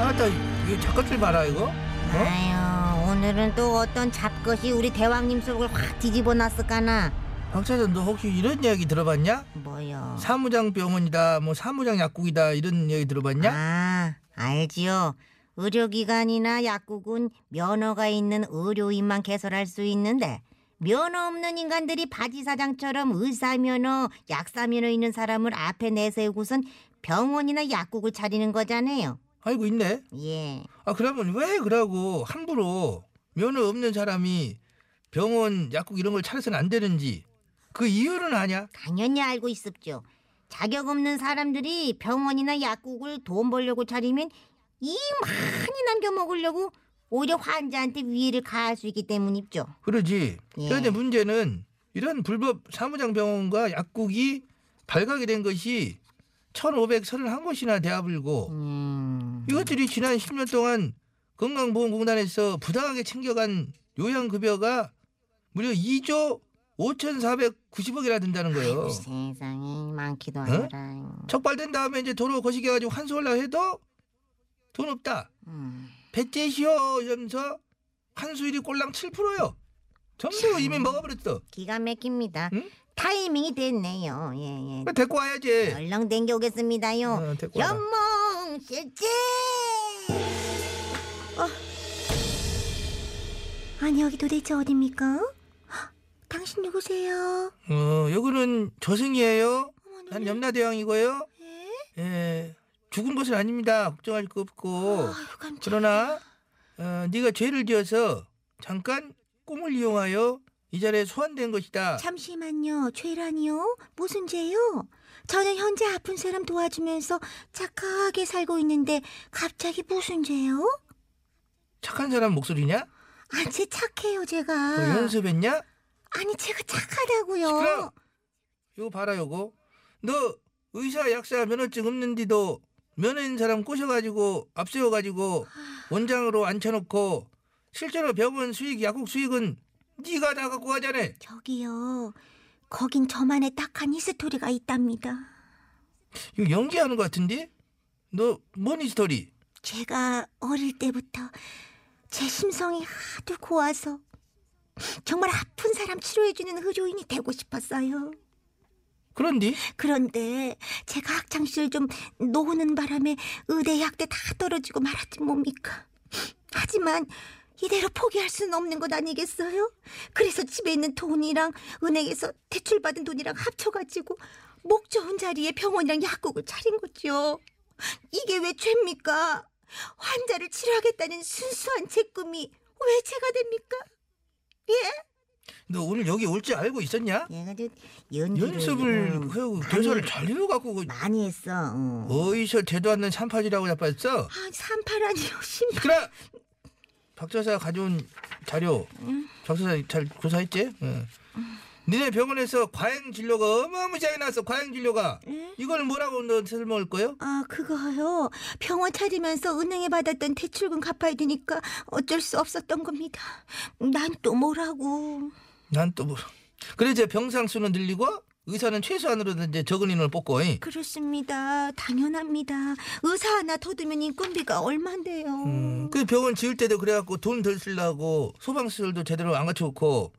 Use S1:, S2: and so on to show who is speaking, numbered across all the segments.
S1: 아따 이거 작가들 봐라 이거
S2: 네.
S1: 어?
S3: 아유 오늘은 또 어떤 잡것이 우리 대왕님 속을 확 뒤집어 놨을까나
S1: 박차전 너 혹시 이런 이야기 들어봤냐?
S3: 뭐요
S1: 사무장 병원이다 뭐 사무장 약국이다 이런 이야기 들어봤냐?
S3: 아 알지요 의료기관이나 약국은 면허가 있는 의료인만 개설할 수 있는데 면허 없는 인간들이 바지 사장처럼 의사 면허, 약사 면허 있는 사람을 앞에 내세우고선 병원이나 약국을 차리는 거잖아요.
S1: 알고 있네
S3: 예.
S1: 아 그러면 왜 그러고 함부로 면허 없는 사람이 병원 약국 이런 걸 차려서는 안 되는지 그 이유는 아냐?
S3: 당연히 알고 있습죠. 자격 없는 사람들이 병원이나 약국을 돈 벌려고 차리면 이 많이 남겨 먹으려고 오히려 환자한테 위해를 가할 수 있기 때문이죠.
S1: 그러지
S3: 예.
S1: 그런데 문제는 이런 불법 사무장 병원과 약국이 발각이 된 것이 1531곳이나 되어불고
S3: 음.
S1: 이것들이 지난 10년 동안 건강보험공단에서 부당하게 챙겨간 요양급여가 무려 2조 5,490억이나 된다는 거예요.
S3: 아이고, 세상에 많기도
S1: 어?
S3: 하더라.
S1: 적발된 다음에 이제 도로 거시기해가지고 환수하려고 해도 돈 없다.
S3: 음.
S1: 배째시오 이러면서 환수율이 꼴랑 7%요. 전부 이미 먹어버렸어.
S3: 기가 막힙니다.
S1: 응?
S3: 타이밍이 됐네요. 예, 예.
S1: 그거 데리고 와야지.
S3: 얼렁 댕겨오겠습니다요.
S1: 어, 데리고 와라.
S3: 연몽 실제. 아니 여기 도대체 어딥니까? 헉, 당신 누구세요?
S1: 어, 여기는 저승이에요.
S3: 어머,
S1: 난
S3: 눈이-
S1: 염라대왕이고요.
S3: 예?
S1: 예, 죽은 것은 아닙니다. 걱정할 거 없고.
S3: 아유, 깜짝이야.
S1: 그러나 어, 네가 죄를 지어서 잠깐 꿈을 이용하여 이 자리에 소환된 것이다.
S3: 잠시만요. 죄라니요? 무슨 죄요? 저는 현재 아픈 사람 도와주면서 착하게 살고 있는데 갑자기 무슨 죄요?
S1: 착한 사람 목소리냐?
S3: 아, 제 착해요, 제가.
S1: 너 연습했냐?
S3: 아니, 제가 착하다고요.
S1: 어, 시끄러. 이거 봐라 요거. 너 의사 약사 면허증 없는데도 면허인 사람 꼬셔가지고 앞세워가지고 원장으로 앉혀놓고 실제로 병원 수익 약국 수익은 네가 다 갖고 가잖아.
S3: 저기요. 거긴 저만의 딱한 히스토리가 있답니다.
S1: 이거 연기하는 것 같은데? 너 뭔 히스토리?
S3: 제가 어릴 때부터 제 심성이 하도 고와서 정말 아픈 사람 치료해주는 의료인이 되고 싶었어요.
S1: 그런데
S3: 그런데 제가 학창시절 좀 노는 바람에 의대 약대 다 떨어지고 말았지 뭡니까. 하지만 이대로 포기할 수는 없는 것 아니겠어요? 그래서 집에 있는 돈이랑 은행에서 대출받은 돈이랑 합쳐가지고 목 좋은 자리에 병원이랑 약국을 차린 거죠. 이게 왜 죄입니까? 환자를 치료하겠다는 순수한 제 꿈이 왜 죄가 됩니까?
S1: 너 오늘 여기 올 줄 알고 있었냐?
S3: 얘가 저
S1: 연습을 하고 교사를 잘 해가고 그
S3: 많이 했어.
S1: 어이서 대도 않는 삼파지라고 자빠졌어?
S3: 아, 삼팔 아니요, 신발.
S1: 시끄러! 박사사 가져온 자료 박사사 잘 조사했지? 응. 니네 병원에서 과잉 진료가 어마무시하게 나왔어 과잉 진료가 이걸 뭐라고 너 설먹을 거요?
S3: 아, 그거요. 병원 차리면서 은행에 받았던 대출금 갚아야 되니까 어쩔 수 없었던 겁니다. 난 또 뭐라고.
S1: 난 또 뭐. 그래 이제 병상 수는 늘리고 의사는 최소한으로 이제 적은 인원을 뽑고 이.
S3: 그렇습니다. 당연합니다. 의사 하나 더 두면 인건비가 얼만데요.
S1: 음, 그 병원 지을 때도 그래갖고 돈 덜 쓰려고 소방시설도 제대로 안 갖춰놓고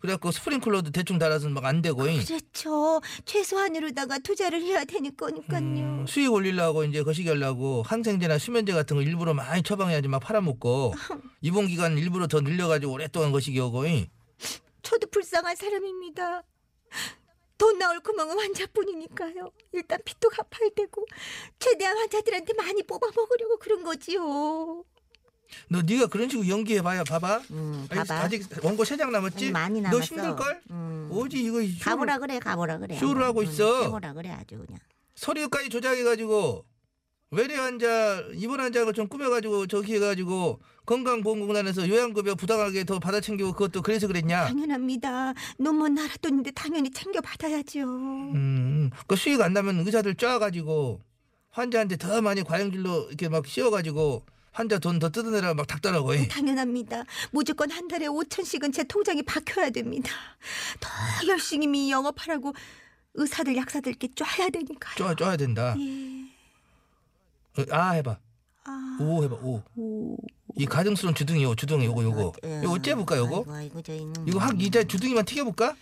S1: 그래갖고 스프링클러도 대충 달아서 막 안 되고 이.
S3: 그렇죠. 최소한으로다가 투자를 해야 되니까니까요.
S1: 음, 수익 올리려고 이제 거시기 하려고 항생제나 수면제 같은 거 일부러 많이 처방해야지 막 팔아먹고 입원 기간 일부러 더 늘려가지고 오랫동안 거시기 하고 이.
S3: 저도 불쌍한 사람입니다. 돈 나올 구멍은 환자뿐이니까요. 일단 빚도 갚아야 되고 최대한 환자들한테 많이 뽑아 먹으려고 그런 거지요.
S1: 너 네가 그런 식으로 연기해봐야 봐봐.
S3: 음,
S1: 아니,
S3: 봐봐.
S1: 아직 원고 세 장 남았지?
S3: 음, 많이
S1: 너
S3: 남았어.
S1: 힘들걸?
S3: 음.
S1: 오지 이거 쇼를-
S3: 가보라 그래 가보라 그래.
S1: 쇼를 하고
S3: 음,
S1: 있어.
S3: 해보라 그래 아주 그냥.
S1: 서류까지 조작해가지고 외래 환자 입원 환자를 좀 꾸며가지고 저기 해가지고 건강보험공단에서 요양급여 부당하게 더 받아 챙기고 그것도 그래서 그랬냐?
S3: 당연합니다. 논문 알아뒀는데 당연히 챙겨 받아야죠.
S1: 음, 그 수익 안 나면 의사들 쪄가지고 환자한테 더 많이 과잉진료 이렇게 막 씌워가지고 환자 돈 더 뜯어내라 막 닥달하고 해.
S3: 당연합니다. 무조건 한 달에 5천씩은 제 통장에 박혀야 됩니다. 더 열심히 영업하라고 의사들 약사들께 쫙야 되니까요.
S1: 쪼아 쪼아야 된다.
S3: 예.
S1: 어, 아 해봐.
S3: 아,
S1: 오 해봐 오.
S3: 오.
S1: 이 가등스러운 주둥이 요 주둥이 요거 요거. 요거 어째볼까 요거?
S3: 예. 아이고, 아이고, 저 있는.
S1: 이거 확 이자 주둥이만 튀겨볼까?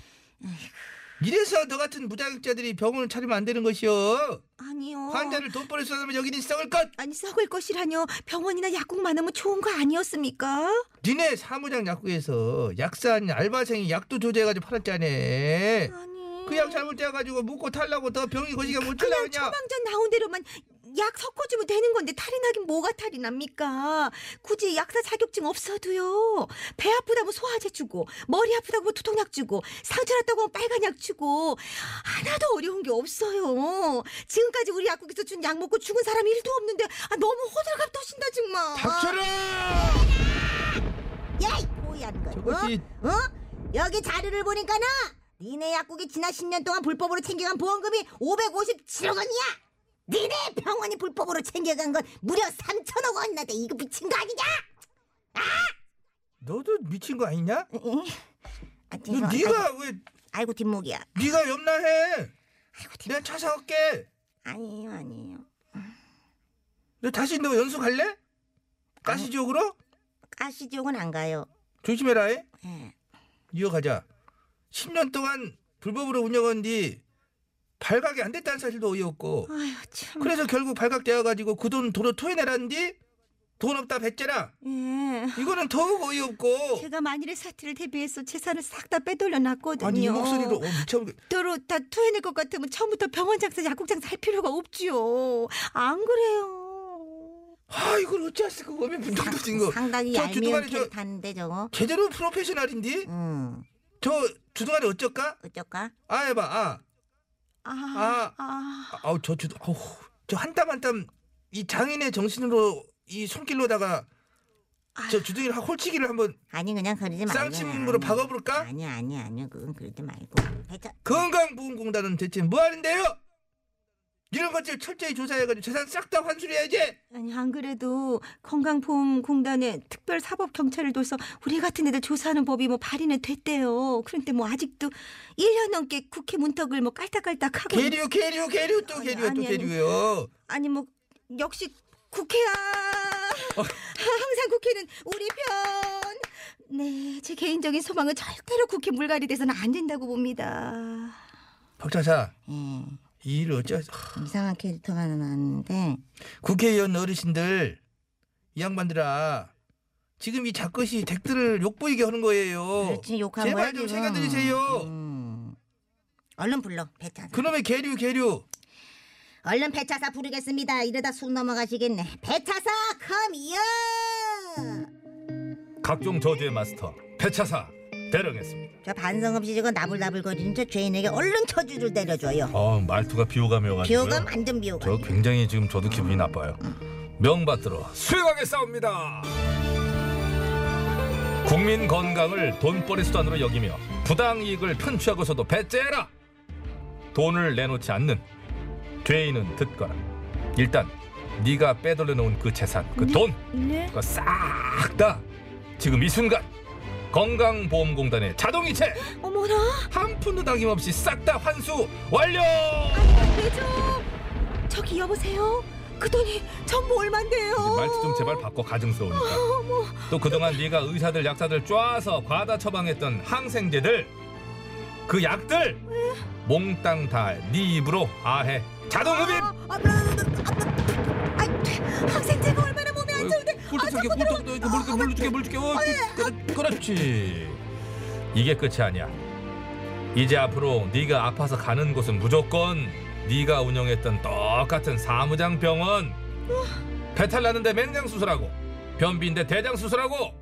S1: 이래서 너 같은 무자격자들이 병원을 차리면 안 되는 것이요.
S3: 어. 아니요.
S1: 환자를 돈벌이 쏟아내면 여기는 썩을 것.
S3: 아니 썩을 것이라뇨. 병원이나 약국 많으면 좋은 거 아니었습니까?
S1: 니네 사무장 약국에서 약사 아닌 알바생이 약도 조제해가지고 팔았잖아.
S3: 아니.
S1: 그 약 잘못 짜가지고 묵고 탈라고 더 병이 거지가 못
S3: 그냥
S1: 탈라냐?
S3: 처방전 나온 대로만 약 섞어주면 되는 건데 탈이 나긴 뭐가 탈이 납니까? 굳이 약사 자격증 없어도요. 배 아프다고 소화제 주고 머리 아프다고 두통약 주고 상처 났다고 하면 빨간약 주고 하나도 어려운 게 없어요. 지금까지 우리 약국에서 준 약 먹고 죽은 사람이 1도 없는데 아, 너무 호들갑 떠신다 정말.
S1: 닥쳐라!
S2: 야이 뭐하는 거야?
S1: 저것이
S2: 어? 어? 여기 자료를 보니까는 니네 약국이 지난 10년 동안 불법으로 챙겨간 보험금이 557억 원이야. 니네 병원이 불법으로 챙겨간 건 무려 3천억 원이나 돼. 이거 미친 거 아니냐?
S1: 너도 미친 거 아니냐?
S2: 어, 아,
S1: 너
S2: 죄송합니다.
S1: 네가 왜
S2: 아이고 뒷목이야.
S1: 네가 염라해?
S2: 아이고 뒷.
S1: 내가 차 사올게.
S2: 아니에요 아니에요.
S1: 너 다시 너 연수 갈래? 가시 지역으로?
S2: 가시 지옥은 안 가요.
S1: 조심해라. 해.
S2: 예.
S1: 이어가자. 10년 동안 불법으로 운영한 뒤 발각이 안 됐다는 사실도 어이없고
S3: 아유 참.
S1: 그래서 결국 발각되어가지고 그 돈 도로 토해내라는디 돈 없다 배째라
S3: 예.
S1: 이거는 더욱 어이없고
S3: 제가 만일의 사태를 대비해서 재산을 싹 다 빼돌려 놨거든요.
S1: 아니 이 목소리로 어, 미쳐버리
S3: 도로 다 토해낼 것 같으면 처음부터 병원 장사, 약국 장사 할 필요가 없지요. 안 그래요?
S1: 아 이걸 어찌했을 그 몸이 분통도 진거
S2: 상당히
S1: 저
S2: 얄미운
S1: 주둥아리 저-
S2: 캐릭터 하는데 저거.
S1: 제대로 프로페셔널인디
S2: 음
S1: 저 주둥아리 어쩔까
S2: 어쩔까?
S1: 아 해봐 아
S3: 아,
S1: 아.
S3: 아,
S1: 아우 저 주둥 아우 저 한 땀 한 땀 이 장인의 정신으로 이 손길로다가
S3: 아.
S1: 저 주둥이를 확 홀치기를 한번
S2: 아니 그냥 그러지 말고.
S1: 쌍침으로
S2: 아니.
S1: 박아볼까?
S2: 아니 아니 아니 그건 그러지 말고. 배차.
S1: 건강보험공단은 대체 뭐하는데요? 이런 것들 철저히 조사해가지고 재산 싹 다 환수해야지.
S3: 아니 안 그래도 건강보험공단에 특별 사법 경찰을 둬서 우리 같은 애들 조사하는 법이 뭐 발의는 됐대요. 그런데 뭐 아직도 1년 넘게 국회 문턱을 뭐 깔딱깔딱 하고
S1: 계류 계류 계류 또
S3: 아니,
S1: 계류 또
S3: 아니, 아니.
S1: 계류요.
S3: 아니 뭐 역시 국회야.
S4: 어.
S3: 항상 국회는 우리 편. 네, 제 개인적인 소망은 절대로 국회 물갈이 돼서는 안 된다고 봅니다.
S1: 박차사
S2: 예.
S1: 이 일을 어찌 하-
S2: 이상한 캐릭터가 하나 나왔는데
S1: 국회의원 어르신들 이 양반들아 지금 이 작것이 댁들을 욕보이게 하는 거예요.
S2: 그렇지 욕한
S1: 제발
S2: 거야
S1: 좀
S2: 지금.
S1: 챙겨드리세요.
S2: 음. 얼른 불러 배차사.
S1: 그놈의 계류 계류.
S2: 얼른 배차사 부르겠습니다. 이러다 숨 넘어가시겠네. 배차사 컴이요.
S4: 각종 저주의 마스터 배차사 대령했습니다.
S2: 저 반성 없이 저거 나불나불거리는 저 죄인에게 얼른 저주를 때려줘요.
S4: 어 말투가 비호감이어가지고요.
S2: 비호감 완전 비호감.
S4: 저 굉장히 지금 저도 기분이 나빠요. 명받들어 수행하게 싸웁니다. 국민 건강을 돈벌이 수단으로 여기며 부당 이익을 편취하고서도 배째라. 돈을 내놓지 않는 죄인은 듣거라. 일단 네가 빼돌려 놓은 그 재산, 그 돈,
S3: 네?
S4: 그거 싹 다 지금 이 순간 건강보험공단에 자동이체.
S3: 어머나,
S4: 한 푼도 당김없이 싹 다 환수 완료!
S3: 왜죠? 저기 여보세요. 그 돈이 전부 얼만데요?
S4: 네, 말투 좀 제발 바꿔 가증스러우니까. 또 그동안 네가 의사들 약사들 쪼아서 과다 처방했던 항생제들 그 약들 몽땅 다 네 입으로 아해 자동 흡입.
S3: 학생제가 얼마나 몸에 안 좋은데
S4: 꿀떡하게 꿀떡 이거 어, 물게 물 줄게 물 줄게 어 그- 그렇지 이게 끝이 아니야 이제 앞으로 네가 아파서 가는 곳은 무조건 네가 운영했던 똑같은 사무장 병원 배탈 나는데 맹장 수술하고 변비인데 대장 수술하고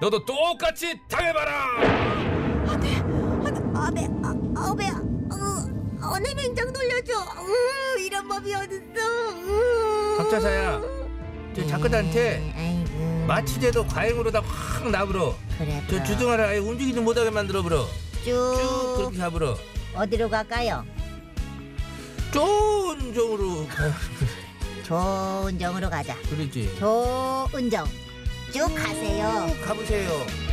S4: 너도 똑같이 당해봐라.
S2: 안돼 안돼 아베 아베 어, 어내 맹장 돌려줘 으, 이런 법이 어딨어 음,
S1: 박차사야 저 작가들한테
S2: 아이고
S1: 마취제도 과잉으로 다 확 나불어
S2: 그래
S1: 저 주둥아를 아예 움직이지 못하게 만들어 불어 쭉
S2: 쭉
S1: 그렇게 잡으러
S2: 어디로 갈까요?
S1: 좋은 종으로 가-
S2: 좋은 정으로 가자
S1: 그러지
S2: 좋은 정쭉 가세요
S1: 쭉 가보세요